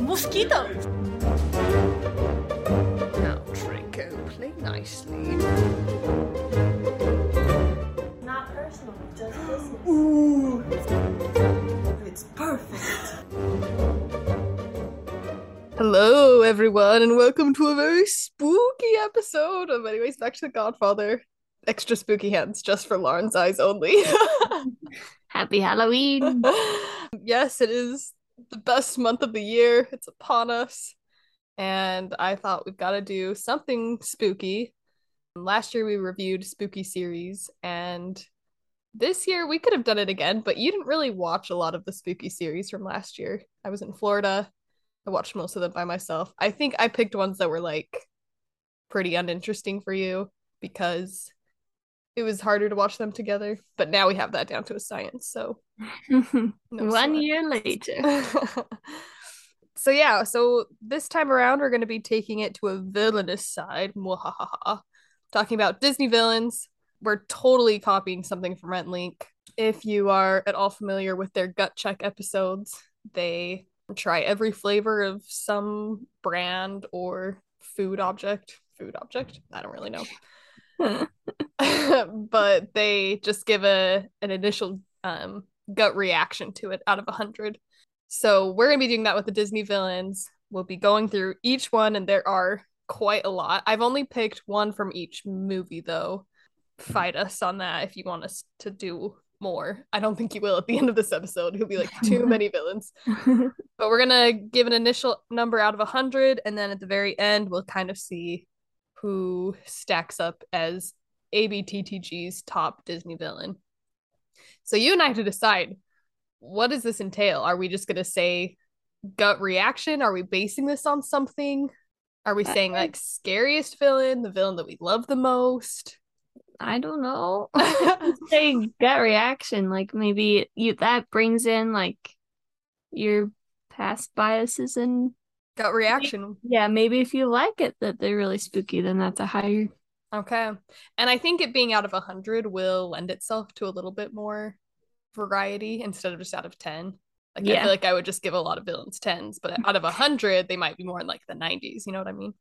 Mosquitoes! Now, Draco, play nicely. Not personal, just business. Ooh! It's perfect. Hello, everyone, and welcome to a very spooky episode of, anyways, Back to the Godfather. Extra spooky hands just for Lauren's eyes only. Happy Halloween. yes, it is the best month of the year. It's upon us. And I thought we've got to do something spooky. Last year we reviewed spooky series, and this year we could have done it again, but you didn't really watch a lot of the spooky series from last year. I was in Florida. I watched most of them by myself. I think I picked ones that were like pretty uninteresting for you because it was harder to watch them together. But now we have that down to a science. So no One sweat. year later. so yeah, so this time around we're going to be taking it to a villainous side, mwahahaha. Talking about Disney villains, we're totally copying something from Rent Link. If you are at all familiar with their gut check episodes, they try every flavor of some brand or food object. Food object? I don't really know. but they just give a an initial um, gut reaction to it out of 100. So we're going to be doing that with the Disney villains. We'll be going through each one, and there are quite a lot. I've only picked one from each movie, though. Fight us on that if you want us to do more. I don't think you will at the end of this episode. You'll be like, too many villains. But we're going to give an initial number out of 100, and then at the very end, we'll kind of see who stacks up as ABTTG's top Disney villain. So you and I have to decide what does this entail? Are we just going to say gut reaction? Are we basing this on something? Are we saying like scariest villain, the villain that we love the most? I don't know. Say gut reaction. Like maybe you that brings in like your past biases and Gut reaction. yeah, maybe if you like it that they're really spooky, then that's a higher Okay. And I think it being out of 100 will lend itself to a little bit more variety instead of just out of 10. Like I Yeah. feel like I would just give a lot of villains 10s, but out of 100 they might be more in like the 90s, you know what I mean?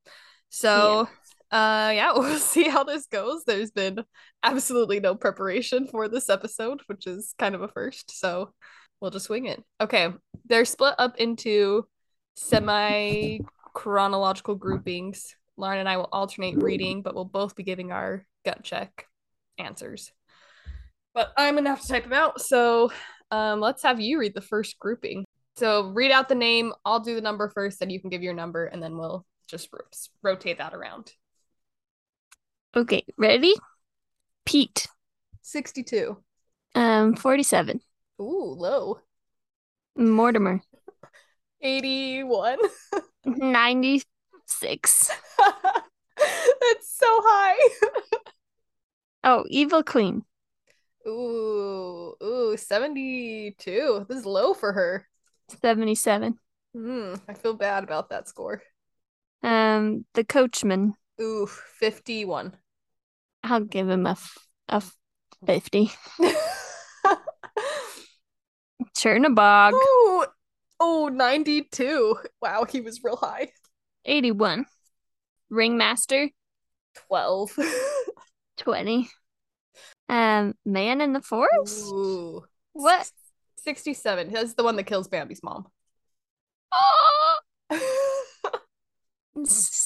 So, uh yeah, we'll see how this goes. There's been absolutely no preparation for this episode, which is kind of a first. So, we'll just wing it. Okay. They're split up into semi chronological groupings. Lauren and I will alternate reading, but we'll both be giving our gut check answers. But I'm gonna have to type them out, so um, let's have you read the first grouping. So read out the name. I'll do the number first, then you can give your number, and then we'll just ro- rotate that around. Okay, ready? Pete. Sixty-two. Um forty seven. Ooh, low. Mortimer. Eighty-one. Ninety six. That's so high. Oh, Evil Queen. Ooh, ooh, seventy-two. This is low for her. Seventy seven. Hmm, I feel bad about that score. Um the coachman. Ooh, 51. I'll give him a, f- a f- 50. Chernabog, Ooh, oh, 92. Wow, he was real high. 81. Ringmaster, 12. 20. Um, Man in the Forest? Ooh. What? 67. That's the one that kills Bambi's mom. Oh! S-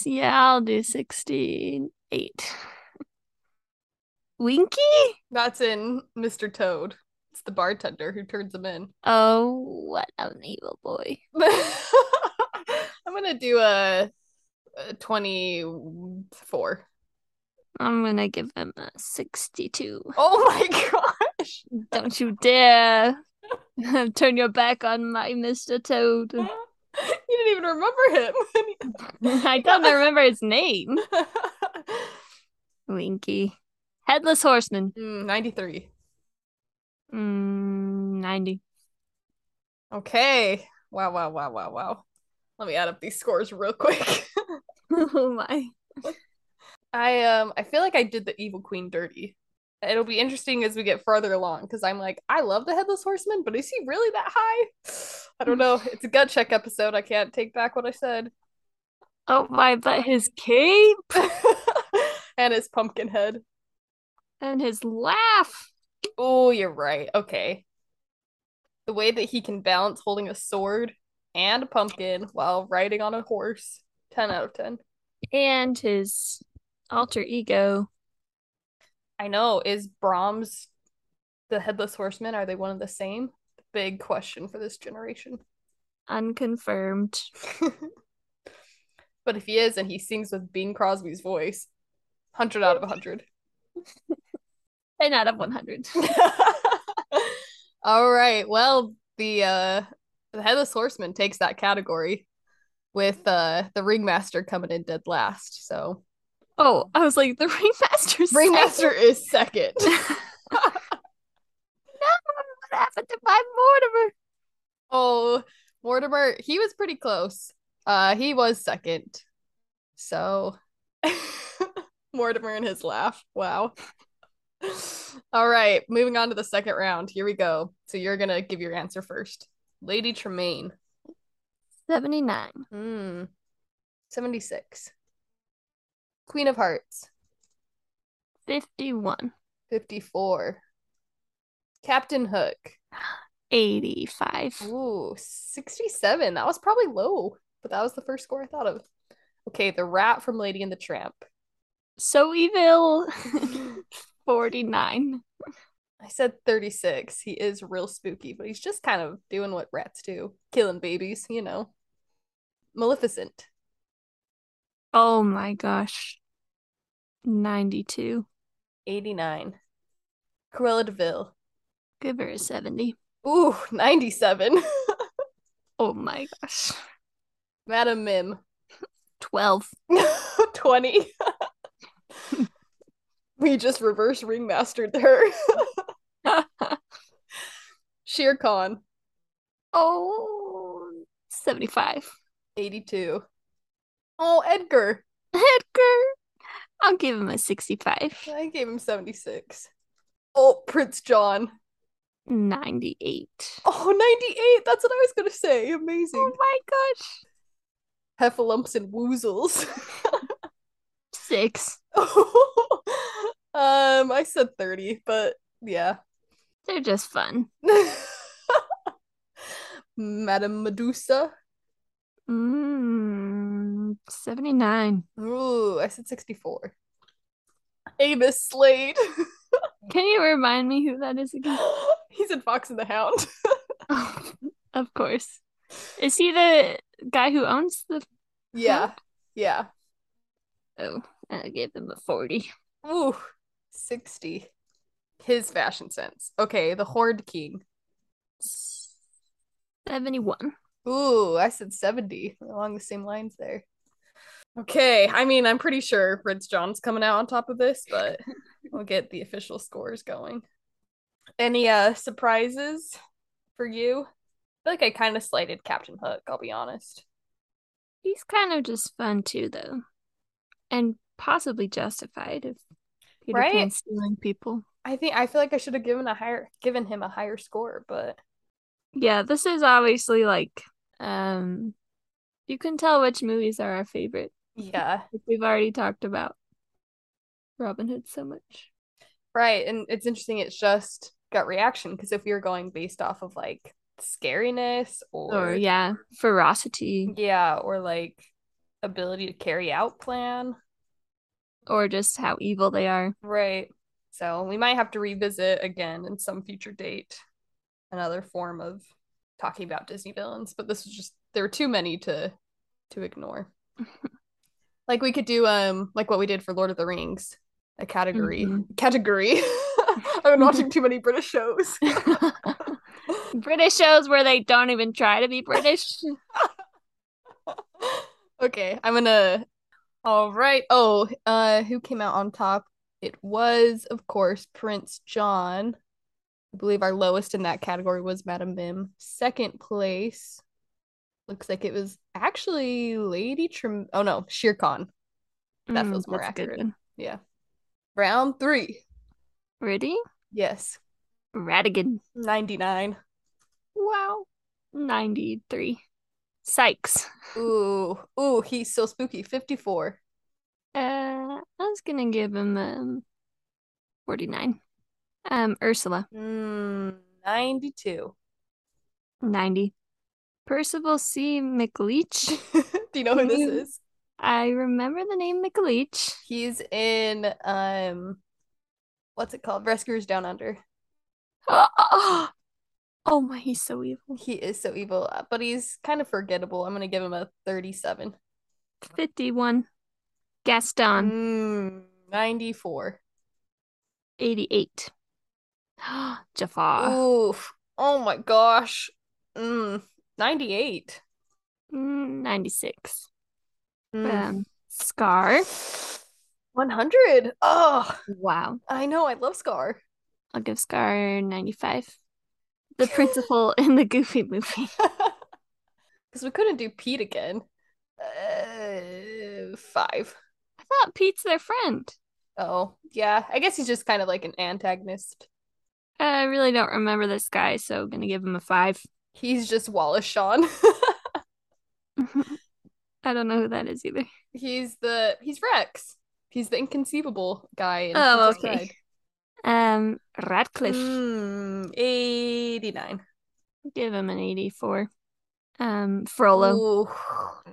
Yeah, I'll do 68. Winky? That's in Mr. Toad. It's the bartender who turns him in. Oh, what an evil boy. I'm going to do a, a 24. I'm gonna give him a 62. Oh my god. Don't you dare turn your back on my Mr. Toad. you didn't even remember him. I don't remember his name. Winky. Headless Horseman. Mm, 93. Mm, 90. Okay. Wow, wow, wow, wow, wow. Let me add up these scores real quick. oh my. I um I feel like I did the evil queen dirty. It'll be interesting as we get farther along because I'm like, I love the headless horseman, but is he really that high? I don't know. It's a gut check episode. I can't take back what I said. Oh my, but his cape and his pumpkin head. and his laugh. Oh, you're right. Okay. The way that he can balance holding a sword and a pumpkin while riding on a horse. 10 out of 10. And his alter ego. I know. Is Brahms the headless horseman? Are they one of the same? Big question for this generation. Unconfirmed. but if he is and he sings with Bing Crosby's voice, 100 out of 100. 10 out of 100. All right. Well, the uh the headless horseman takes that category with uh the ringmaster coming in dead last. So Oh, I was like, the ringmaster's ringmaster is second. What happened to my Mortimer? oh, Mortimer, he was pretty close. Uh he was second. So Mortimer and his laugh. Wow. All right, moving on to the second round. Here we go. So you're going to give your answer first. Lady Tremaine. 79. Hmm. 76. Queen of Hearts, 51. 54. Captain Hook, 85. ooh, 67. That was probably low, but that was the first score I thought of. Okay, the rat from Lady and the Tramp. So evil. I 49. said 36. He is real spooky, but he's just kind of doing what rats do killing babies, you know. Maleficent, Oh my gosh. 92. 89. Cruella de Vil, Give her a 70. ooh, 97. Oh my gosh. Madame Mim, 12. 20. we just reverse ringmastered her. Shere Khan, oh, 75. 82. Oh, Edgar. Edgar. I'll give him a 65. I gave him 76. Oh, Prince John. 98. Oh, 98. That's what I was going to say. Amazing. Oh my gosh. Heffalumps and Woozles. 6. um, I said 30, but yeah. They're just fun. Madame Medusa. Mm, 79. Ooh, I said 64. Amos Slade. Can you remind me who that is again? He's in Fox and the Hound. of course. Is he the guy who owns the. Yeah. Yeah. Oh, I gave him a 40. Ooh, 60. His fashion sense. Okay, the Horde King. 71. Ooh, I said 70. Along the same lines there. Okay, I mean, I'm pretty sure Prince John's coming out on top of this, but we'll get the official scores going. Any uh surprises for you? I feel like I kind of slighted Captain Hook, I'll be honest. He's kind of just fun too, though. And possibly justified if Peter Right? Pan's stealing people. I think I feel like I should have given a higher given him a higher score, but Yeah, this is obviously like um you can tell which movies are our favorite. yeah, Like we've already talked about Robin Hood so much. right. And it's interesting. It's just gut reaction because if we were going based off of like scariness or, Or yeah, ferocity yeah, or like ability to carry out plan, or just how evil they are. right? So we might have to revisit again in some future date, another form of talking about Disney villains. But this was just there were too many to to ignore. like we could do um like what we did for lord of the rings a category Mhm. category i've been watching too many british shows British shows where they don't even try to be British. okay i'm gonna all right oh uh who came out on top it was of course prince john i believe our lowest in that category was madame mim second place looks like it was actually lady Trem- oh no shere khan That feels more Mm, that's a good accurate. one. round three Ready? yes Radigan. 99 Wow. 93. Sykes. Ooh, ooh, he's so spooky. 54. Uh, I was gonna give him um 49. Um, Ursula, Mm, 92. 90. Percival C. McLeach. Do you know who this Mm. is? I remember the name McLeach. He's in um what's it called? Rescuers Down Under. Oh, my, he's so evil. He is so evil, uh, but he's kind of forgettable. I'm gonna give him a 37. 51. Gaston, Mm, 94. 88. Jafar. Oof. Oh my gosh. Mm, 98. Mm, 96. Oh. Mm. Um, Scar. 100. Oh, Wow. I know. I love Scar. I'll give Scar 95. The principal in the Goofy movie. Because we couldn't do Pete again. Uh, five. I thought Pete's their friend. Oh, yeah. I guess he's just kind of like an antagonist. I really don't remember this guy, so gonna give him a five. He's just Wallace Shawn. I don't know who that is either. he's the he's Rex. He's the inconceivable guy. In Oh, Princess okay. Um, Bride. Radcliffe. Mm, 89. Give him an 84. Um, Frollo. Ooh,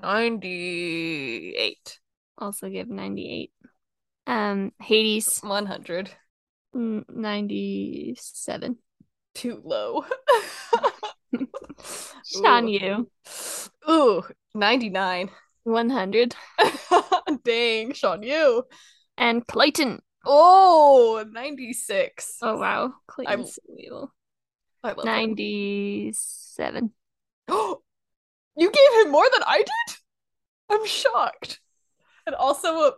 98. Also give 98. Um, Hades. 100. n- 97. Too low. Sean Ooh. Yu. Ooh, 99. 100. Dang, Sean Yu. And Clayton. Oh, 96. Oh, wow. Clayton's so evil. I love him. 97. you gave him more than I did? I'm shocked. And also uh,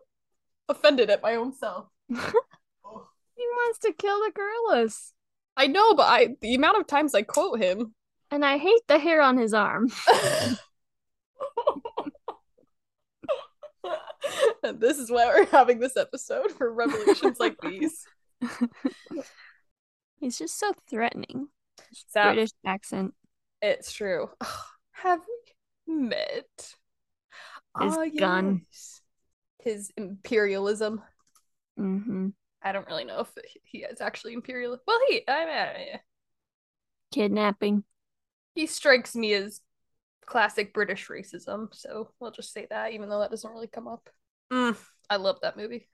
offended at my own self. He wants to kill the gorillas. I know, but I the amount of times I quote him. And I hate the hair on his arm. and this is why we're having this episode for revelations like these. He's just so threatening. Zap. British accent. It's true. Have we met? Ah, His gun. yes. His imperialism. Mm-hmm. I don't really know if he is actually imperial. Well, he, I mean, Kidnapping. he strikes me as classic British racism. So we'll just say that, even though that doesn't really come up. Mm, I love that movie.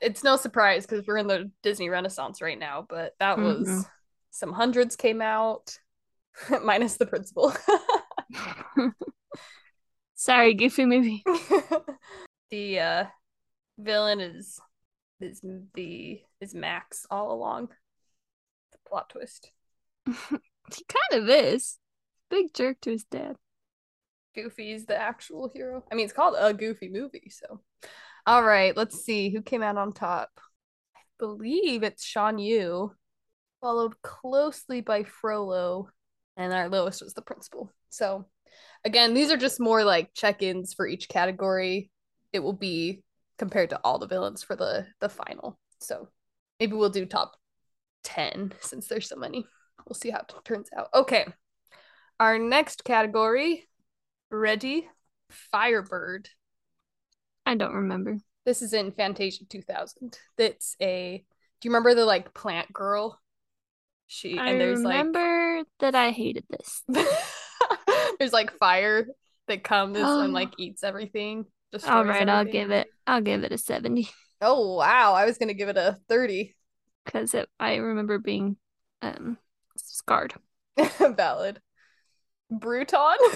It's no surprise because we're in the Disney Renaissance right now, but that was Mhm. some hundreds came out, minus the principal. Sorry, goofy movie. the uh, villain is is the is Max all along. The plot twist. he kind of is. Big jerk to his dad. Goofy's the actual hero. I mean, it's called a Goofy movie, so. All right, let's see who came out on top. I believe it's Sean Yu, followed closely by Frollo, and our lowest was the principal. So, again, these are just more like check-ins for each category. It will be compared to all the villains for the the final. So, maybe we'll do top 10 since there's so many. We'll see how it turns out. Okay. Our next category Ready? Firebird. I don't remember. This is in Fantasia 2000. That's a. Do you remember the like plant girl? She I and there's remember that I hated this. like there's like fire that comes and Oh. like eats everything. destroys All right, I'll everything. give it. I'll give it a seventy Oh wow! I was gonna give it a thirty. because I remember being um scarred. Valid. Bruton.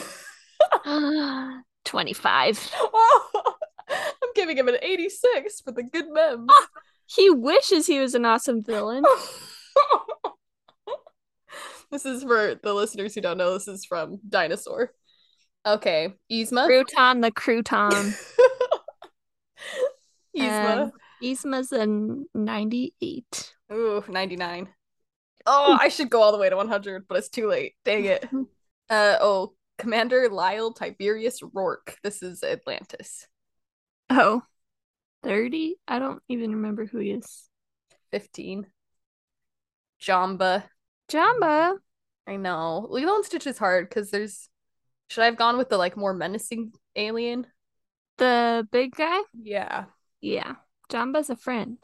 Twenty-five. oh, I'm giving him an 86 for the good memes. He wishes he was an awesome villain. this is for the listeners who don't know. This is from Dinosaur. Okay, Yzma. Crouton the crouton. Yzma. Um, Isma's a ninety-eight. Ooh, 99. Oh, I should go all the way to 100, but it's too late. Dang it. Uh oh, Commander Lyle Tiberius Rourke. This is Atlantis. Oh. 30? I don't even remember who he is. 15. Jamba. Jamba. I know. Lilo and Stitch is hard because there's. Should I have gone with the like more menacing alien? The big guy? Yeah. Yeah. Jamba's a friend.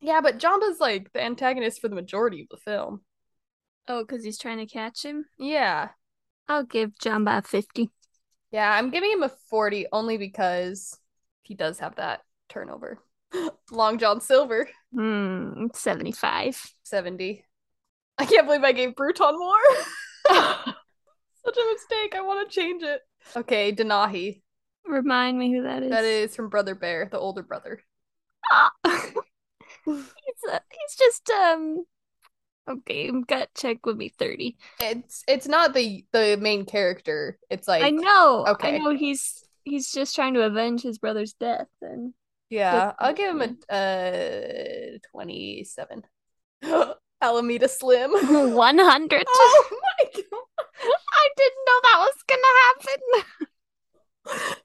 Yeah, but Jamba's like the antagonist for the majority of the film. Oh, because he's trying to catch him? Yeah. I'll give Jamba a 50. Yeah, I'm giving him a 40 only because he does have that turnover. Long John Silver, Hmm, 75. 70. I can't believe I gave Bruton more. Such a mistake. I want to change it. Okay, Danahi. Remind me who that is. That is from Brother Bear, the older brother. Ah! he's, a, he's just, um, okay, gut check would be 30. It's it's not the the main character. It's like I know. okay. I know he's he's just trying to avenge his brother's death and Yeah, I'll give him a uh, 27. Alameda Slim. 100. oh my god. I didn't know that was going to happen.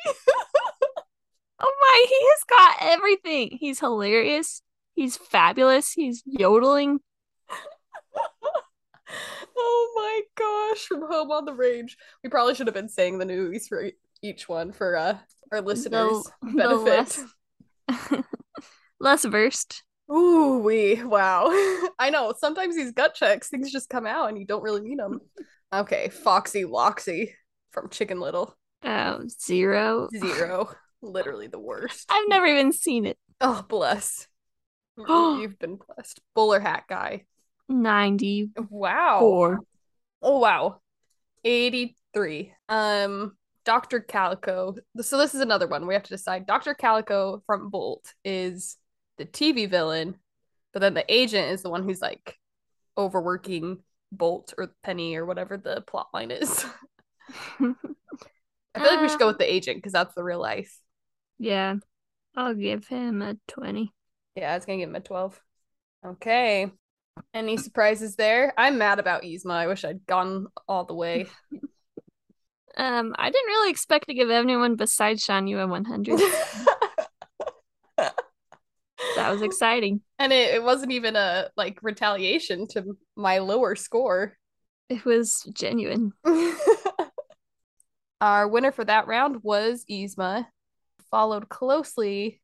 70. Oh my, he has got everything. He's hilarious. He's fabulous. He's yodeling. oh my gosh, from Home on the Range. We probably should have been saying the movies for e- each one for uh, our listeners' the benefit. Less versed. Ooh, we wow. I know. Sometimes these gut checks, things just come out and you don't really need them. Okay, Foxy Loxy from Chicken Little. Oh, zero. Zero. Literally the worst. I've never even seen it. Oh, bless. You- You've been blessed. Bowler hat guy. 94. Wow. Oh wow. 83. Um Dr. Calico. So this is another one we have to decide. Dr. Calico from Bolt is the TV villain, but then the agent is the one who's like overworking Bolt or Penny or whatever the plot line is. I feel like we should go Um. with the agent because that's the real life. Uh, yeah. I'll give him a 20. Yeah, I was gonna give him a 12. Okay. Any surprises there? I'm mad about Yzma. I wish I'd gone all the way. Um, I didn't really expect to give anyone besides Shanyu a 100. that that was exciting. and it, it wasn't even a like retaliation to my lower score It was genuine. our winner for that round was yzma followed closely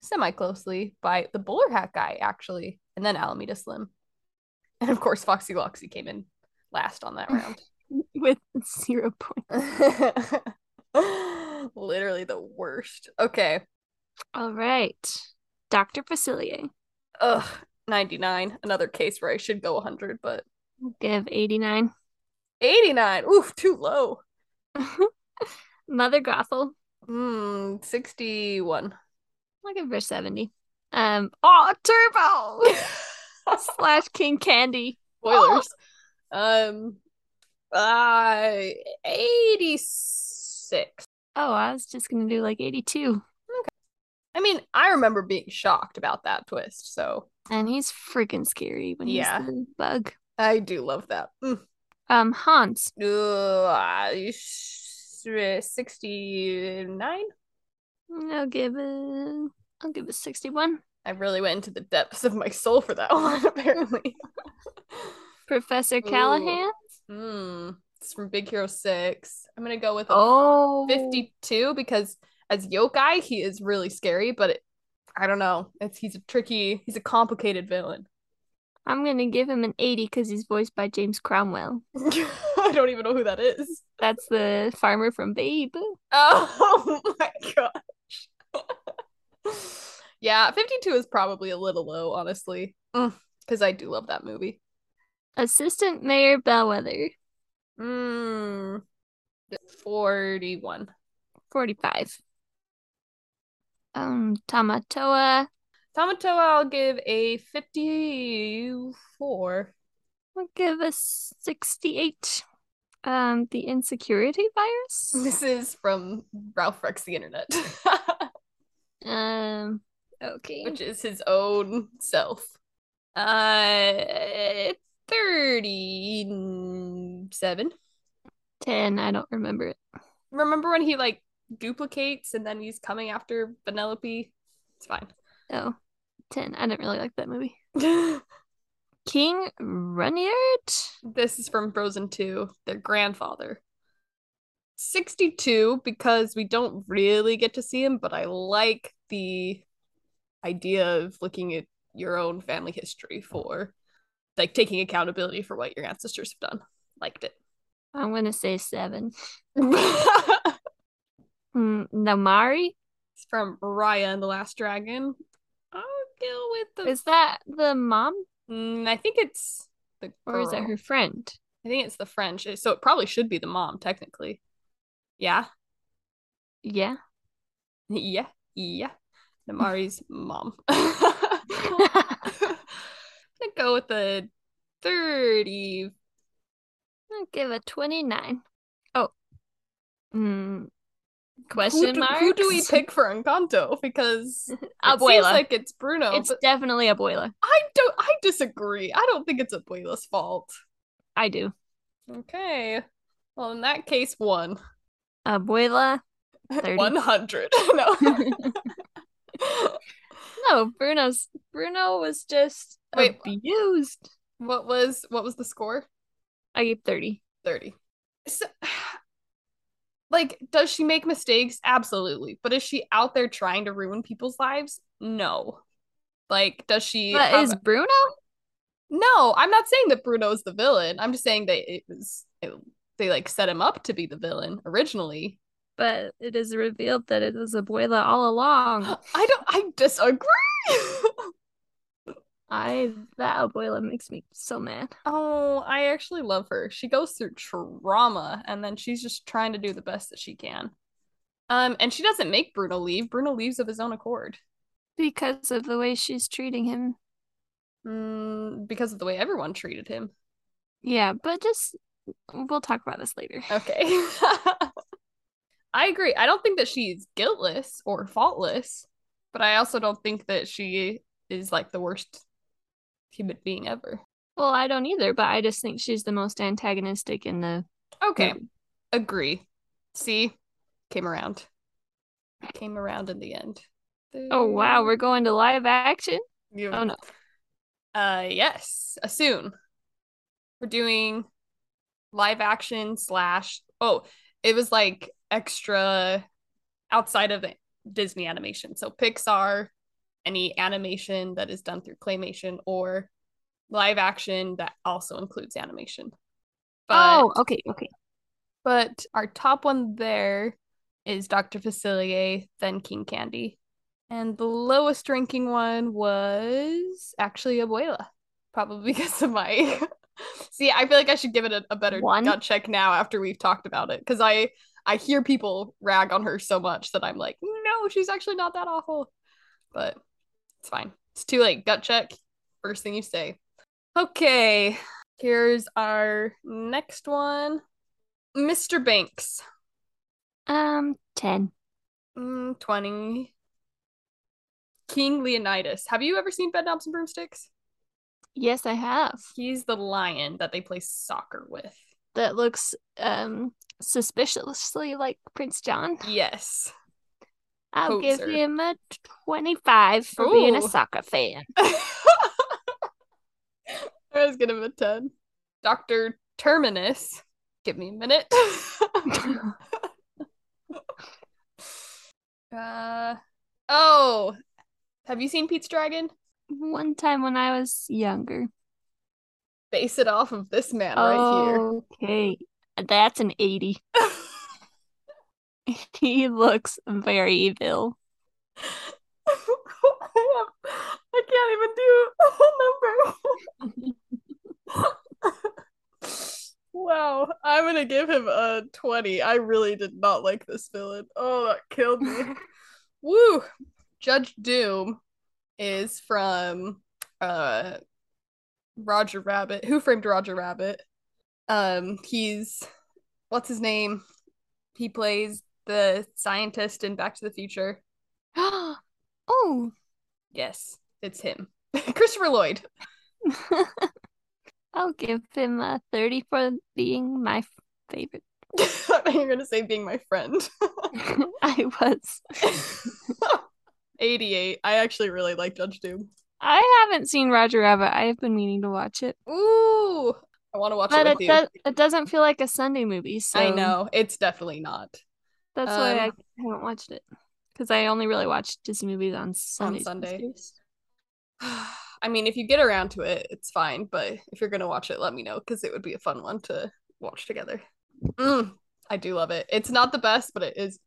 semi closely by the bowler hat guy actually and then alameda slim and of course foxy loxy came in last on that round with zero points. literally the worst okay All right. Dr. Facilier, ugh 99 another case where i should go 100 but give 89. 89 oof too low Mother Gothel, Hmm, 61. I'll give her 70. Um, oh, Turbo slash King Candy. Spoilers. Um, uh, 86. Oh, I was just going to do like 82. I mean, I remember being shocked about that twist, so And he's freaking scary when he's Yeah. the bug. I do love that. Mm. Um, Hans, Uh, s- uh, 69? I'll give a, I'll give a 61. I really went into the depths of my soul for that one, apparently. Professor Ooh. Callahan. Hmm, it's from Big Hero 6. I'm gonna go with a Oh, 52 because as yokai he is really scary but it, i don't know it's he's a tricky he's a complicated villain I'm going to give him an 80 because he's voiced by James Cromwell. i don't even know who that is That's the farmer from Babe. oh my gosh yeah 52 is probably a little low honestly because i do love that movie Assistant Mayor Bellwether, mm, 41 45. Um, Tamatoa, Tamato, I'll give a 54. I'll give us 68. Um, the insecurity virus. This is from Ralph Rex the Internet. Um, okay. which is his own self. Uh, 37. 10, I don't remember it. Remember when he like duplicates and then he's coming after Penelope? It's fine. Oh, 10. I didn't really like that movie. King Runyard? This is from Frozen 2, their grandfather. 62, because we don't really get to see him, but I like the idea of looking at your own family history for like taking accountability for what your ancestors have done. Liked it. I'm gonna say seven. Mm, Namari? it's from Raya and the Last Dragon. I'll go with the. Is that the mom? Mm, I think it's the Or is it girl. her friend? I think it's the French. eh, So it probably should be the mom, technically. Yeah. Yeah. Yeah. Yeah. Namari's mom. I'm gonna go with the 30. I'll give a 29. Oh. Mm, question who do, marks? Who do we pick for Encanto? Because it Abuela. seems like it's Bruno. it's but definitely Abuela. I don't. I disagree. I don't think it's Abuela's fault. I do. Okay. Well, in that case, one. Abuela. 30. 100. no. No, Bruno's Bruno was just Wait. abused. what was what was the score? I gave 30. 30. So, like, does she make mistakes? Absolutely. But is she out there trying to ruin people's lives? No. Like, does she? But have- is Bruno? no, I'm not saying that Bruno is the villain. I'm just saying that it was it, they like set him up to be the villain originally. But it is revealed that it was Abuela all along. I don't. I disagree. I that Abuela makes me so mad. oh, I actually love her. She goes through trauma, and then she's just trying to do the best that she can. Um, and she doesn't make Bruno leave. Bruno leaves of his own accord. Because of the way she's treating him. Mm, because of the way everyone treated him. Yeah, but just we'll talk about this later. Okay. I agree. I don't think that she's guiltless or faultless, but I also don't think that she is like the worst human being ever. Well, I don't either, but I just think she's the most antagonistic in the Okay. movie. Agree. See? Came around. Came around in the end. Oh wow, we're going to live action? You- Oh no. Uh yes, uh, soon. We're doing live action slash oh, it was like extra outside of Disney animation. So Pixar, any animation that is done through claymation or live action that also includes animation. But oh, okay, okay. but our top one there is Dr. Facilier, then King Candy. And the lowest ranking one was actually Abuela, probably because of my. See, I feel like I should give it a, a better One? gut check now after we've talked about it because I I hear people rag on her so much that I'm like, no, she's actually not that awful. But it's fine. It's too late. Gut check, first thing you say. Okay, here's our next one. Mr. Banks, Um 10. mm, 20. King Leonidas. Have you ever seen Bedknobs and Broomsticks? Yes, I have. He's the lion that they play soccer with. That looks um suspiciously like Prince John. Yes. I'll give Poser. him a 25 for being a Ooh. soccer fan. I was gonna give him a 10. Dr. Terminus. Give me a minute. uh, oh, have you seen Pete's Dragon? One time when I was younger. Base it off of this man right here. Okay. That's an 80. he looks very evil. I, have- I can't even do a whole number. wow, I'm gonna give him a 20. I really did not like this villain. Oh, that killed me. Woo! Judge Doom is from uh Roger Rabbit. Who framed Roger Rabbit? Um, he's what's his name? He plays the scientist in Back to the Future. oh. Yes, it's him. Christopher Lloyd. I'll give him a 30 for being my favorite. I thought you were going to say being my friend. I was. 88. I actually really like Judge Doom. I haven't seen Roger Rabbit. I have been meaning to watch it, Ooh, I want to watch but it it, with you. does, um, it doesn't feel like a Sunday movie. So I know it's definitely not that's why I Um, haven't watched it because I only really watch Disney movies on Sundays. and Sunday. Tuesdays. I mean, if you get around to it, it's fine. But if you're gonna watch it, let me know because it would be a fun one to watch together. Mm, I do love it. It's not the best, but it is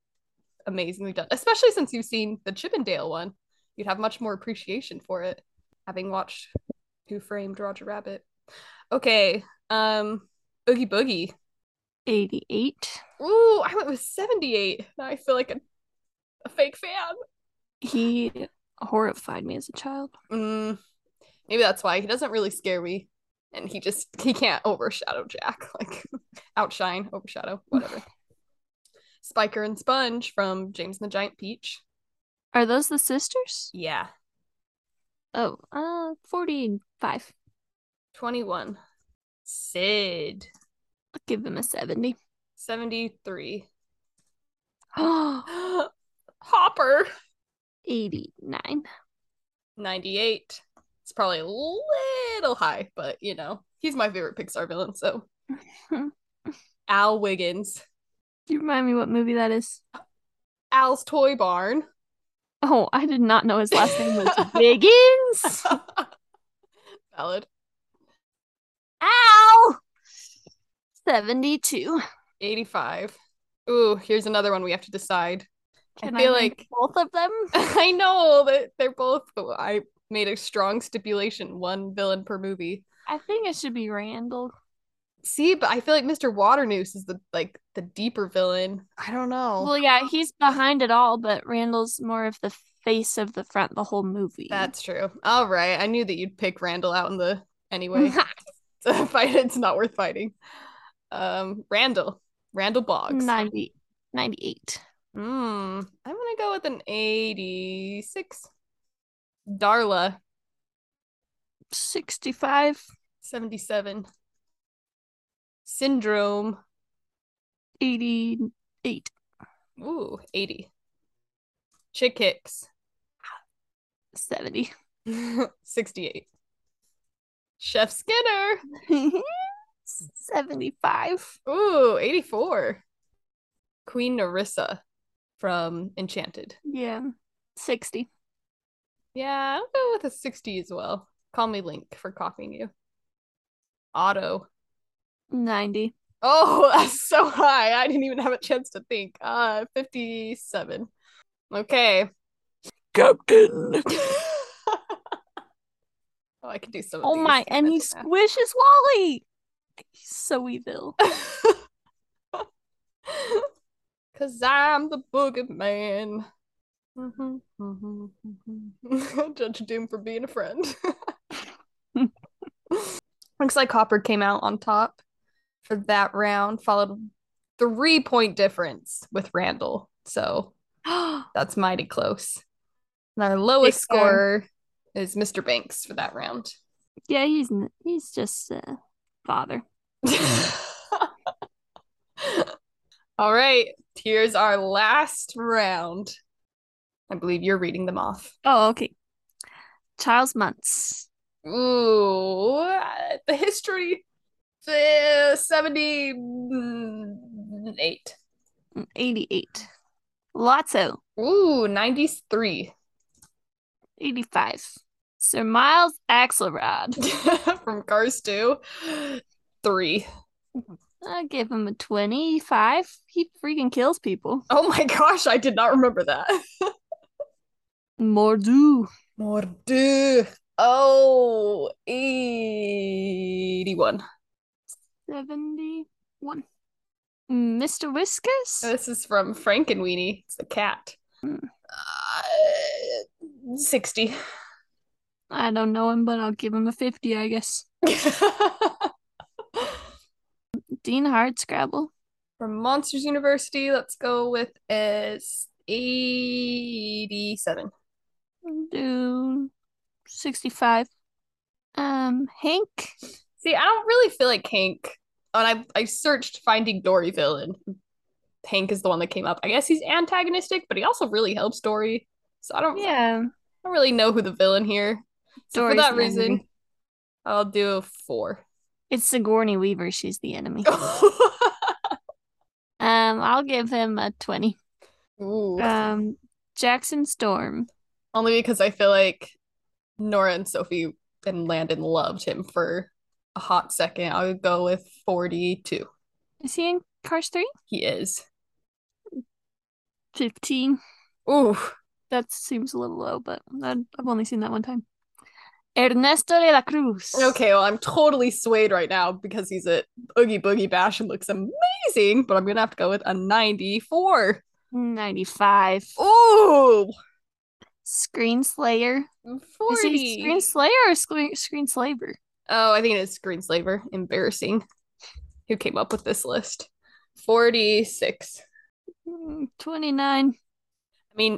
amazingly done. Especially since you've seen the Chippendale one, you'd have much more appreciation for it, having watched Who Framed Roger Rabbit. Okay, um, Oogie Boogie. 88. Ooh, I went with 78. Now I feel like a, a fake fan. He horrified me as a child. Mm, maybe that's why he doesn't really scare me, and he just he can't overshadow Jack, like outshine, overshadow, whatever. Spiker and Sponge from James and the Giant Peach. Are those the sisters? Yeah, Oh, uh, 45. twenty-one. Sid, I'll give him a 70. seventy-three. Oh, Hopper, 89. ninety-eight. It's probably a little high, but you know he's my favorite Pixar villain. So Al Wiggins, You remind me what movie that is. Al's Toy Barn. Oh, I did not know his last name was Biggins. Valid. Ow! 72. 85. Ooh, here's another one we have to decide. Can feel rank like- both of them? I know that they're both, but I made a strong stipulation one villain per movie. I think it should be Randall. See, but I feel like Mr. Waternoose is the like the deeper villain. I don't know. Well, yeah, he's behind it all, but Randall's more of the face of the front the whole movie. That's true. All right. I knew that you'd pick Randall out in the anyway. So fight it's not worth fighting. Um Randall. Randall Boggs. 90, 98. Hmm. I'm gonna go with an 86. Darla, 65. 77. Syndrome, 88. ooh, 80. Chick Hicks, 70. 68. Chef Skinner, 75. ooh, 84. Queen Narissa from Enchanted. Yeah. 60. Yeah, I'll go with a 60 as well. Call me Link for copying you. Otto, 90. Oh, that's so high. I didn't even have a chance to think. Uh, 57. Okay. Captain. oh, I can do some. of Oh these. my. And he That's enough. squishes Wally. He's so evil. Cause I'm the boogeyman. Mhm, mhm, mhm. Judge Doom for being a friend. Looks like Hopper came out on top for that round, followed three point difference with Randall. So that's mighty close. And our lowest Big fan. scorer is Mr. Banks for that round. yeah, he's n- he's just uh, father. All right, here's our last round. I believe you're reading them off. Oh, okay. Charles Muntz. Ooh, uh, the history uh, 78. 88. Lotso. Ooh, 93 85. Sir Miles Axelrod. from Cars 2. 3. I give him a 25. He freaking kills people. Oh my gosh, I did not remember that. Mordu. Mordu. Oh, 81. 71. Mr. Whiskers? Oh, This is from Frank and Weenie. It's the cat. Hmm. Uh, 60. I don't know him, but I'll give him a 50, I guess. Dean Hardscrabble? from Monsters University, let's go with is 87. Do 65. Um, Hank? See, I don't really feel like Hank. And I I searched Finding Dory villain. Hank is the one that came up. I guess he's antagonistic, but he also really helps Dory. So I don't, I Yeah. don't really know who the villain here. So for Dory's that the reason, enemy. I'll do a four. It's Sigourney Weaver. She's the enemy. Um, I'll give him a 20. Ooh. Um, Jackson Storm. Only because I feel like Nora and Sophie and Landon loved him for a hot second. I would go with 42. Is he in Cars 3? He is. 15. Ooh. That seems a little low, but that, I've only seen that one time. Ernesto de la Cruz. Okay, well, I'm totally swayed right now because he's at Oogie Boogie Bash and looks amazing, but I'm going to have to go with a 94. 95. Oh. Ooh. Screen Slayer. 40. Is he Screen Slayer or Screen, screen Slaver? Oh, I think it is Screenslaver. Embarrassing. Who came up with this list? 46. Mm, 29. I mean,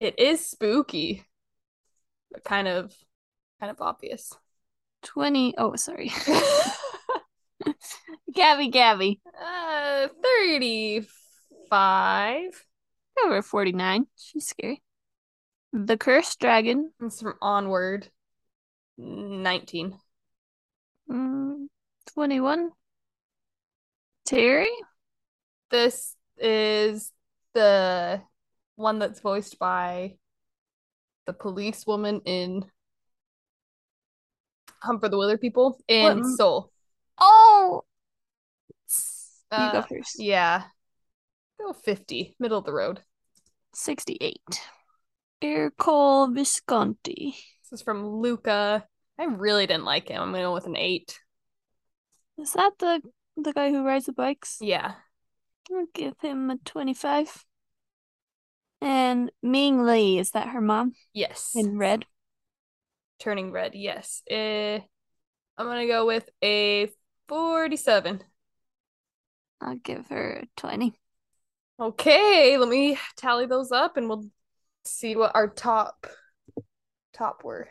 it is spooky, but kind of kind of obvious. 20. Oh, sorry. Gabby, Gabby. uh 35. Over 49. She's scary. The Cursed Dragon. And some onward 19. Mm, 21. Terry? This is the one that's voiced by the police woman in Hunt for the Willer People in What- Soul. Oh! you Uh, go first. Yeah. Go 50, middle of the road. 68. Ercole Visconti. This is from Luca. I really didn't like him. I'm gonna go with an eight. Is that the the guy who rides the bikes? Yeah. I'll give him a 25. And Ming Lee, is that her mom Yes. in red? Turning red. Yes. Eh, I'm gonna go with a 47. I'll give her a 20. Okay, let me tally those up and we'll see what our top top were.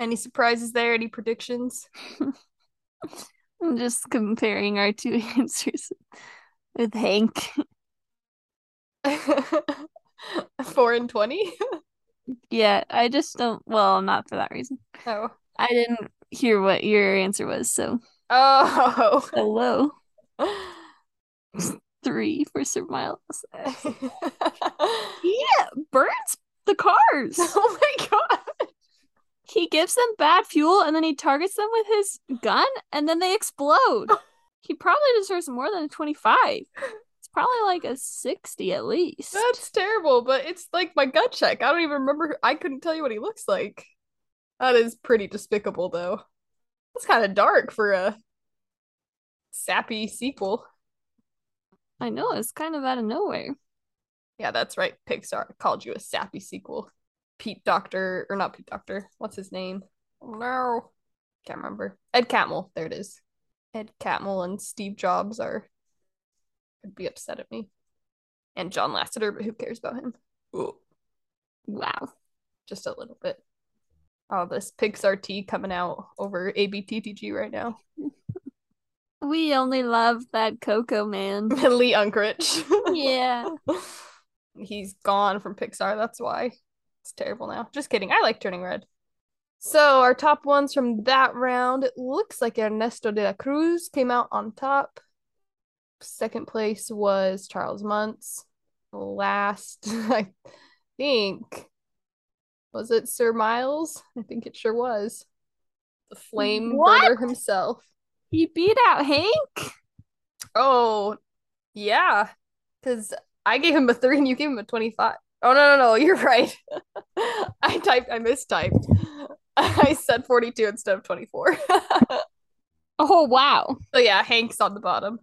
Any surprises there? Any predictions? I'm just comparing our two answers with Hank. Four and twenty. Yeah, I just don't. Well, not for that reason. Oh. I didn't hear what your answer was, so Oh. so low. Three for Sir Miles. Yeah, burns the cars. Oh my god. He gives them bad fuel and then he targets them with his gun and then they explode. He probably deserves more than a 25. It's probably like a 60 at least. That's terrible, but it's like my gut check. I don't even remember. I couldn't tell you what he looks like. That is pretty despicable, though. That's kind of dark for a sappy sequel. I know, it's kind of out of nowhere. Yeah, that's right. Pixar called you a sappy sequel. Pete Doctor, or not Pete Doctor. What's his name? Oh, no. Can't remember. Ed Catmull. There it is. Ed Catmull and Steve Jobs are. would be upset at me. And John Lasseter, but who cares about him? Ooh. Wow. just a little bit. All this Pixar tea coming out over ABTTG right now. We only love that Coco man. Lee Unkrich. yeah. He's gone from Pixar. That's why it's terrible now. Just kidding. I like Turning Red. So, our top ones from that round it looks like Ernesto de la Cruz came out on top. Second place was Charles Muntz. Last, I think, was it Sir Miles? I think it sure was. The flame What? burner himself. He beat out Hank? Oh, yeah. Because I gave him a three and you gave him a 25. Oh, no, no, no. You're right. I typed, I mistyped. I said 42 instead of 24. Oh, wow. so, yeah, Hank's on the bottom.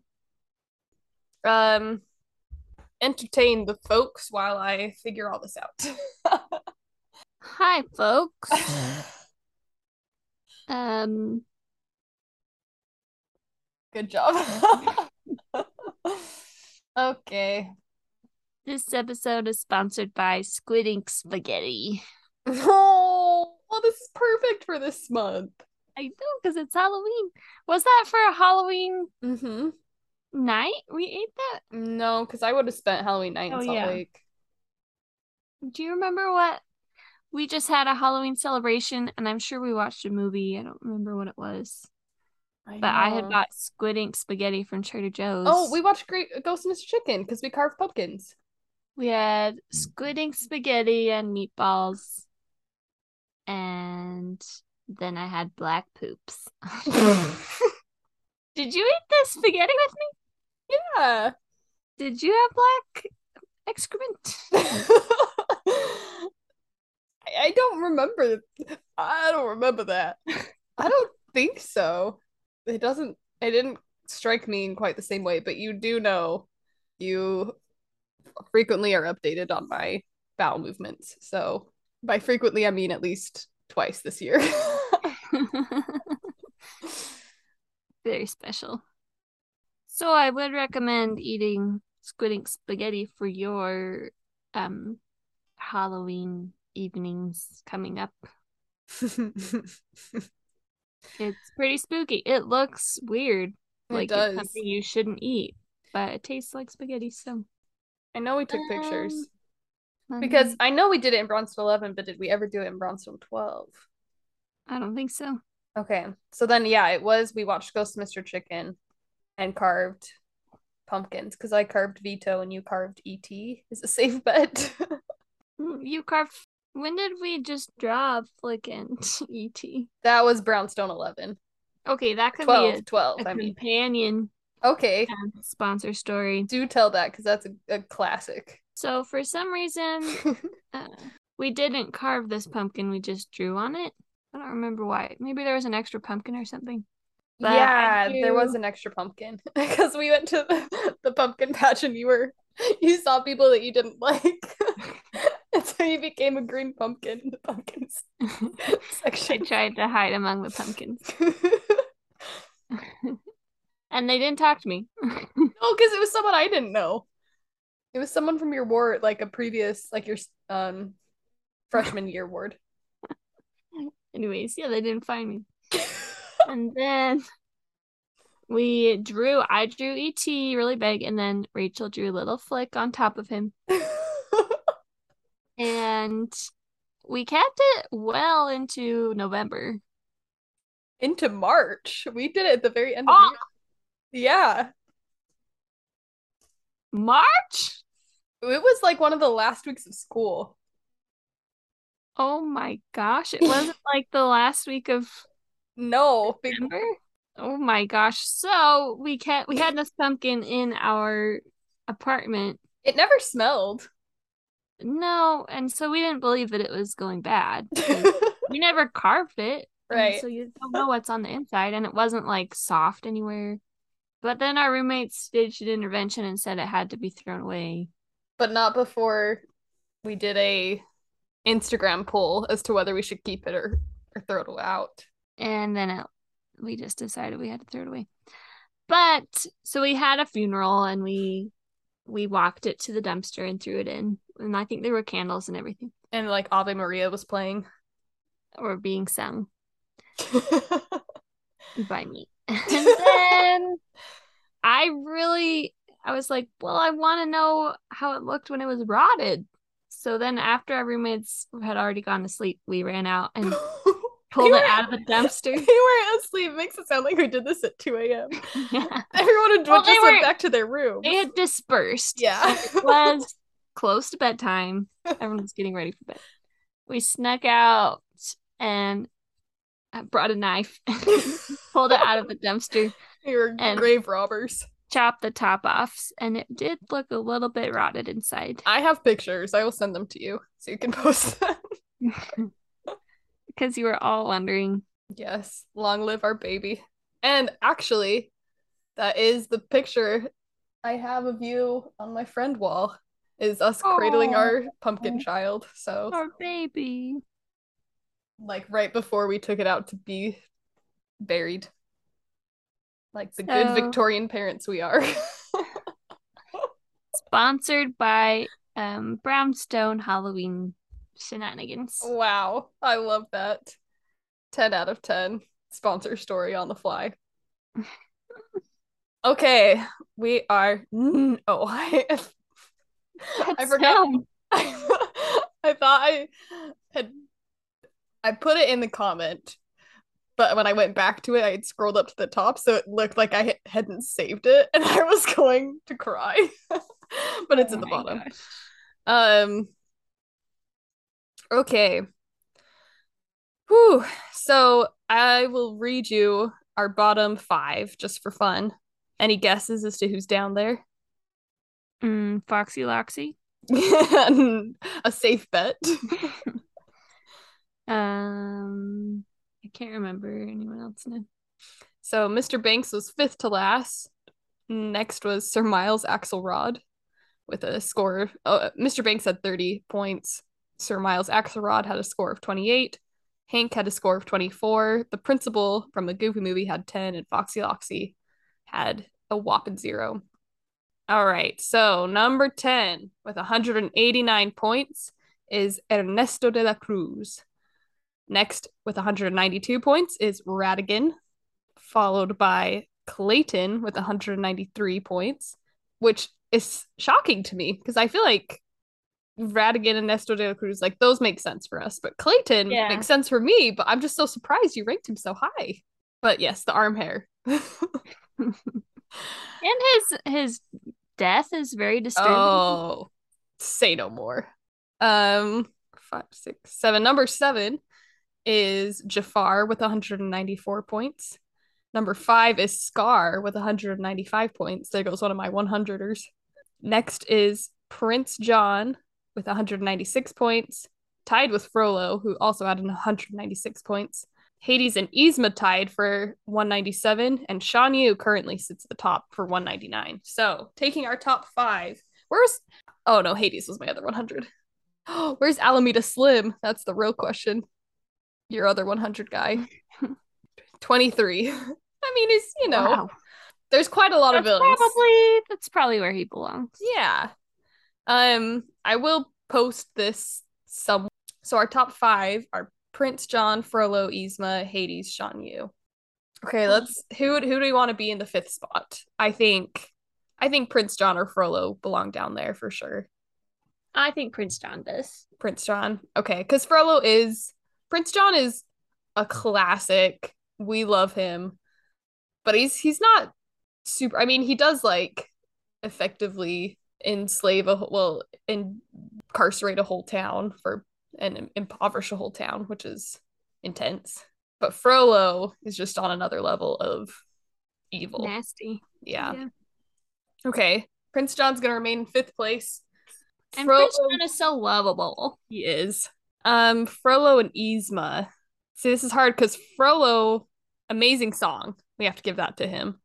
Um, entertain the folks while I figure all this out. Hi, folks. Um, Good job. okay. this episode is sponsored by Squid Ink Spaghetti. Oh, well, this is perfect for this month. I know, because it's Halloween. Was that for Halloween Mm-hmm. night we ate that? Oh, No, because I would have spent Halloween night in Oh, Salt yeah. Lake. Do you remember what we just had a Halloween celebration, and I'm sure we watched a movie. I don't remember what it was, but I had know. bought squid ink spaghetti from Trader Joe's. Oh, we watched Great Ghost and Mr. Chicken because we carved pumpkins. we had squid ink spaghetti and meatballs, and then I had black poops. Did you eat this spaghetti with me? Yeah. Did you have black excrement? I I don't remember. I don't remember that. I don't think so. It doesn't. It didn't strike me in quite the same way. But you do know, you frequently are updated on my bowel movements. So by frequently, I mean at least twice this year. Very special. So I would recommend eating squid ink spaghetti for your um Halloween evenings coming up. It's pretty spooky. It looks weird. it like it's does. something you shouldn't eat, but it tastes like spaghetti, so I know we took pictures. Um, Because I know we did it in Bronzeville 11, but did we ever do it in Bronzeville 12? I don't think so. Okay. So then, yeah, it was we watched Ghost Mr. Chicken and carved pumpkins because I carved Vito and you carved ET is a safe bet. Mm, You carved when did we just draw flickant E.T.? that was Brownstone 11. Okay, that could 12, be a 12, a I mean. companion Okay. um, sponsor story. Do tell that because that's a, a classic. So for some reason, uh, we didn't carve this pumpkin. We just drew on it. I don't remember why. Maybe there was an extra pumpkin or something. But I yeah, there was do- an extra pumpkin because we went to the, the pumpkin patch and you were you saw people that you didn't like. and so you became a green pumpkin in the pumpkins I section. tried to hide among the pumpkins, and they didn't talk to me. Oh, because it was someone I didn't know. It was someone from your ward, like a previous, like your um freshman year ward. Anyways, yeah, they didn't find me. and then we drew. I drew ET really big, and then Rachel drew little flick on top of him. and we kept it well into November. Into March, we did it at the very end. Oh. Of the year. Yeah, March? it was like one of the last weeks of school. Oh my gosh, it wasn't like the last week of No, be- November. Oh my gosh. So we kept we had this pumpkin in our apartment. it never smelled. No, and so we didn't believe that it was going bad. right. We never carved it. and So you don't know what's on the inside, and it wasn't like soft anywhere. But then our roommates staged an intervention and said it had to be thrown away. but not before we did a Instagram poll as to whether we should keep it or, or throw it out. and then it, we just decided we had to throw it away but so we had a funeral and we we walked it to the dumpster and threw it in and i think there were candles and everything And like Ave Maria was playing. or being sung by me and then i really i was like well i want to know how it looked when it was rotted so then after our roommates had already gone to sleep we ran out and pulled were- it out of the we dumpster were asleep. Makes it sound like we did this at 2 a.m. Everyone had Well, just they went were- back to their room. they had dispersed yeah. was close to bedtime. Everyone's getting ready for bed. We snuck out and I brought a knife, pulled it out of the dumpster, we were and- grave robbers. chopped the top off, and it did look a little bit rotted inside I have pictures. I will send them to you so you can post them. because you were all wondering. Yes, long live our baby. And actually, that is the picture I have of you on my friend wall is us cradling Aw. our pumpkin child. So Our baby. like right before we took it out to be buried. Like the good So- Victorian parents we are. Sponsored by um, Brownstone Halloween Shenanigans. Oh, wow, I love that. 10 out of 10 sponsor story on the fly. Okay, we are. Oh, I, I That's forgot him. I I thought I had I put it in the comment, but when I went back to it, I had scrolled up to the top, so it looked like I ha- hadn't saved it, and I was going to cry. but it's Oh at the my bottom. gosh. Um. Okay. Whew. So I will read you our bottom five just for fun. Any guesses as to who's down there? Mm, Foxy Loxy. A safe bet. Um, I can't remember anyone else now. So Mr. Banks was fifth to last. Next was Sir Miles Axelrod with a score of oh, Mr. Banks had 30 points. Sir Miles Axelrod had a score of 28. Hank had a score of 24. The principal from the Goofy movie had 10 and Foxy Loxy had a whopping 0. All right. So number 10 with 189 points is Ernesto de la Cruz. Next with 192 points is Radigan followed by Clayton with 193 points, which is shocking to me because I feel like Radigan and Nestor de la Cruz, like those make sense for us, but Clayton Yeah. makes sense for me, but I'm just so surprised you ranked him so high. But yes, the arm hair. And his his death is very disturbing. Oh, say no more. Um, five, six, seven. Number seven is Jafar with 194 points. Number five is Scar with 195 points. There goes one of my 100ers. Next is Prince John with 196 points, tied with Frollo, who also had 196 points. Hades and Yzma tied for 197, and Sean Yu currently sits at the top for 199. So, taking our top five, where's oh no, Hades was my other 100. where's Alameda Slim? That's the real question. Your other 100 guy, 23. I mean, he's you know, Wow. there's quite a lot That's of villains. probably that's probably where he belongs. Yeah. Um, I will post this some. So our top five are Prince John, Frollo, Yzma, Hades, Sean Yu. Okay, let's who who do we want to be in the fifth spot? I think I think Prince John or Frollo belong down there for sure. I think Prince John does. Prince John. Okay, because Frollo is Prince John is a classic. We love him, but he's he's not super. I mean, he does like effectively enslave a wh- well, incarcerate a whole town for and impoverish a whole town, which is intense. But Frollo is just on another level of evil. Nasty. Yeah. Okay. Prince John's gonna remain in fifth place. And Frollo- Prince John is so lovable. he is. Um, Frollo and Yzma. See, this is hard because Frollo, amazing song. We have to give that to him.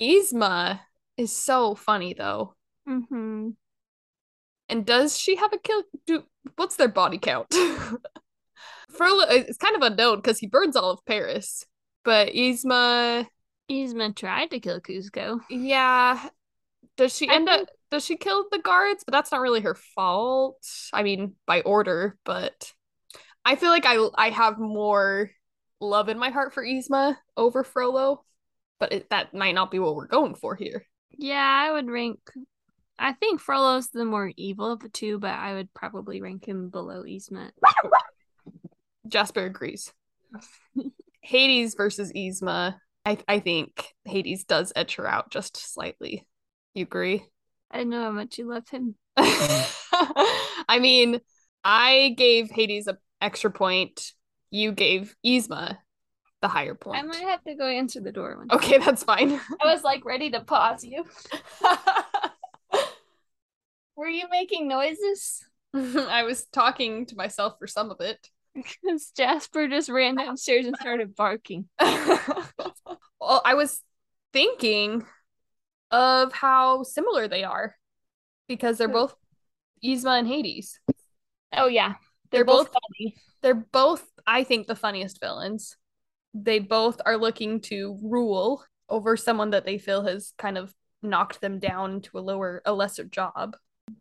Yzma is so funny though. Mm-hmm. And does she have a kill? Do what's their body count? Frollo is kind of unknown because he burns all of Paris. But Yzma, Yzma tried to kill Cusco. yeah. Does she I end up? Does she kill the guards? But that's not really her fault. I mean, by order, but I feel like I I have more love in my heart for Yzma over Frollo, but it, that might not be what we're going for here. Yeah, I would rank I think Frollo's the more evil of the two, but I would probably rank him below Yzma. Jasper agrees. Hades versus Yzma. I I think Hades does edge her out just slightly. You agree? I know how much you love him. I mean, I gave Hades an extra point. You gave Yzma the higher point. I might have to go answer the door one. Okay, that's fine. I was like ready to pause you. Were you making noises? I was talking to myself for some of it. Because Jasper just ran downstairs and started barking. well, I was thinking of how similar they are because they're Who? both Yzma and Hades. Oh yeah. They're both funny. They're both, I think, the funniest villains. They both are looking to rule over someone that they feel has kind of knocked them down to a lower, a lesser job.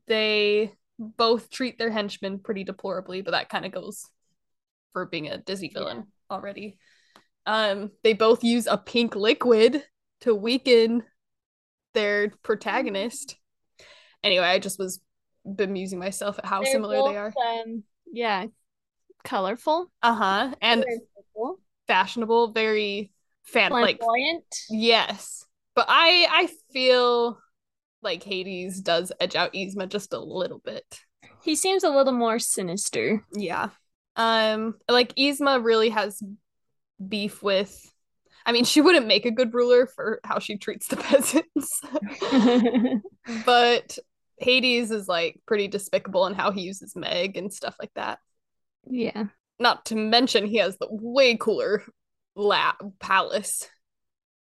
They both treat their henchmen pretty deplorably, but that kind of goes for being a Disney villain already. Um, they both use a pink liquid to weaken their protagonist. Anyway, I just was been amusing myself at how They're similar both, they are. Um, yeah, colorful Uh huh. And plentiful, fashionable, very fan like flamboyant. yes. But I I feel like Hades does edge out Yzma just a little bit. He seems a little more sinister. Yeah. Um like Yzma really has beef with I mean she wouldn't make a good ruler for how she treats the peasants. but Hades is like pretty despicable in how he uses Meg and stuff like that. yeah. Not to mention he has the way cooler lap palace,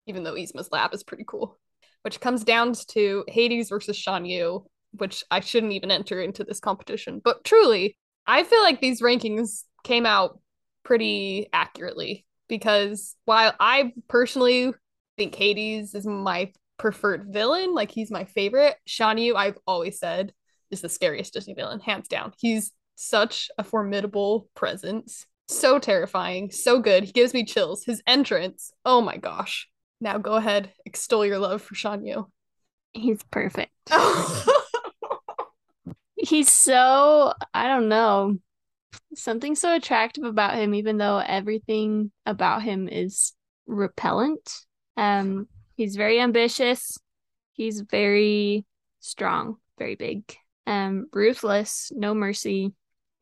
even though Yzma's lap is pretty cool. Which comes down to Hades versus Shan Yu, which I shouldn't even enter into this competition. But truly, I feel like these rankings came out pretty accurately because while I personally think Hades is my preferred villain, like he's my favorite, Shan Yu, I've always said, is the scariest Disney villain, hands down. He's such a formidable presence. So terrifying, so good. He gives me chills. His entrance, oh my gosh. Now go ahead, extol your love for Shan Yu. He's perfect. He's so, I don't know, something so attractive about him, even though everything about him is repellent. Um, he's very ambitious. He's very strong, very big, um, ruthless, no mercy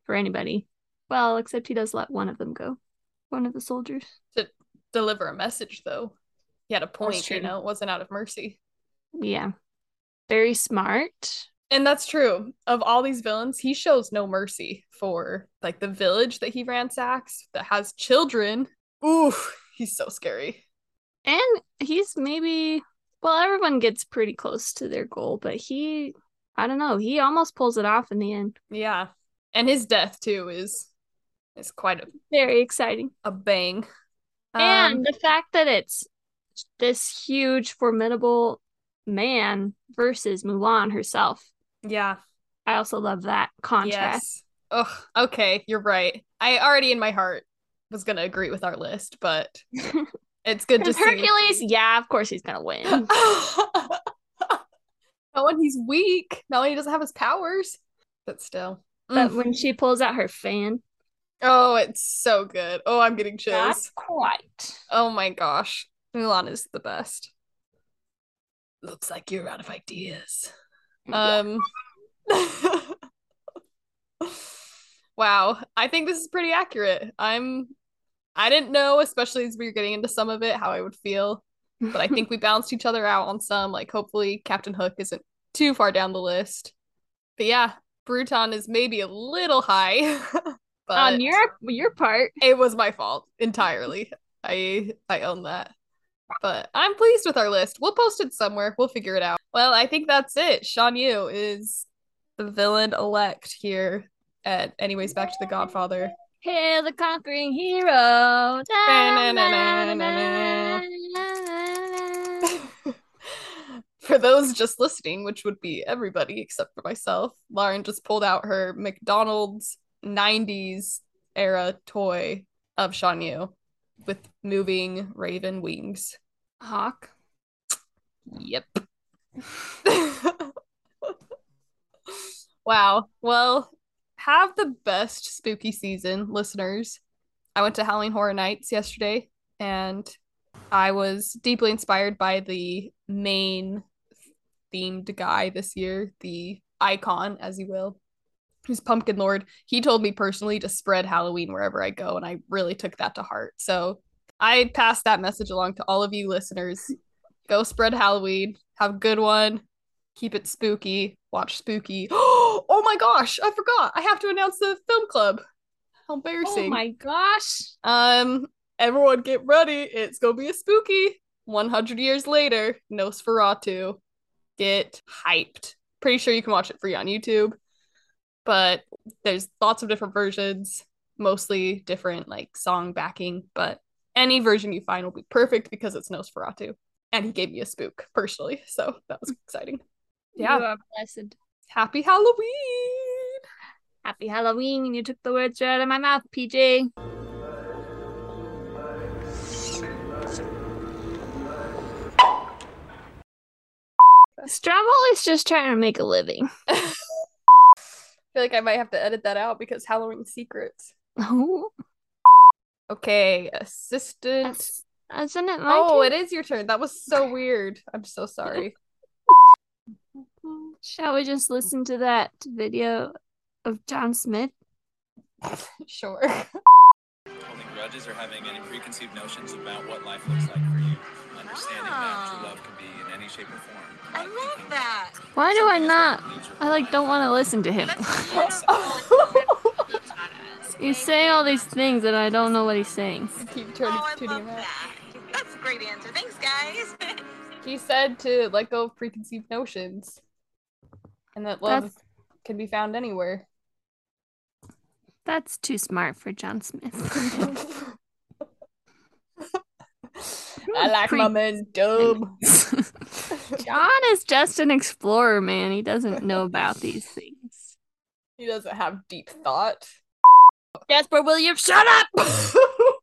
for anybody. Well, except he does let one of them go, one of the soldiers. Deliver a message though. He had a point, you true. know, it wasn't out of mercy. Yeah. Very smart. And that's true. Of all these villains, he shows no mercy for like the village that he ransacks that has children. Oof, he's so scary. And he's maybe, well, everyone gets pretty close to their goal, but he, I don't know, he almost pulls it off in the end. Yeah. And his death too is is quite a, Very exciting. a bang. Um, and the fact that it's this huge, formidable man versus Mulan herself. yeah. I also love that contrast. Yes. Ugh, okay, you're right. I already in my heart was gonna agree with our list, but it's good to Because see. Hercules, yeah, of course he's going to win. not when he's weak, not when he doesn't have his powers, but still. but Mm. when she pulls out her fan, Oh, it's so good. Oh, I'm getting chills. not quite. Oh my gosh. Mulan is the best. Looks like you're out of ideas. Um Wow, I think this is pretty accurate. I'm I didn't know, especially as we were getting into some of it, how I would feel, but I think we balanced each other out on some. Like hopefully Captain Hook isn't too far down the list. But yeah, Bruton is maybe a little high. but on your your part, it was my fault entirely. I I own that. But I'm pleased with our list. We'll post it somewhere. We'll figure it out. Well, I think that's it. Sean Yu is the villain elect here at anyways back to the Godfather. Hail the conquering hero. Da, da, da, da, Na-na-na-na-na-na. da, da, da. for those just listening, which would be everybody except for myself, Lauren just pulled out her McDonald's 90s era toy of Sean Yu with moving raven wings. Hawk. Yep. wow. Well, have the best spooky season, listeners. I went to Halloween Horror Nights yesterday and I was deeply inspired by the main themed guy this year, the icon, as you will, who's Pumpkin Lord. He told me personally to spread Halloween wherever I go, and I really took that to heart. So I passed that message along to all of you listeners go spread Halloween. Have a good one. Keep it spooky. Watch spooky. Oh my gosh, I forgot. I have to announce the film club. How embarrassing. Oh my gosh. um, everyone get ready. It's gonna be a spooky. 100 years later, Nosferatu. Get hyped. Pretty sure you can watch it free on YouTube, but there's lots of different versions, mostly different like song backing, but any version you find will be perfect because it's Nosferatu and he gave me a spook personally. So that was exciting. Yeah. You are blessed. Happy Halloween. Happy Halloween. and You took the words right out of my mouth, PJ. Stromboli's just trying to make a living. feel like I might have to edit that out because Halloween secrets. Oh, Okay, assistant. that's- isn't it? My Oh, it is your turn. That was so weird. I'm so sorry. turn? Shall we just listen to that video of John Smith? sure. Holding grudges or having any preconceived notions about what life looks like for you. Understanding Ah. that Wow. true love can be in any shape or form. I love that. Why do I not? I like don't want to listen to him. That's I He's saying all these things and I don't know what he's saying. keep Oh, turning I tuning love him out. that. That's a great answer. Thanks, guys. He said to let go of preconceived notions, and that love That's- can be found anywhere. That's too smart for John Smith. I like my momentum. John is just an explorer, man. He doesn't know about these things. He doesn't have deep thought. Jasper Williams, shut up!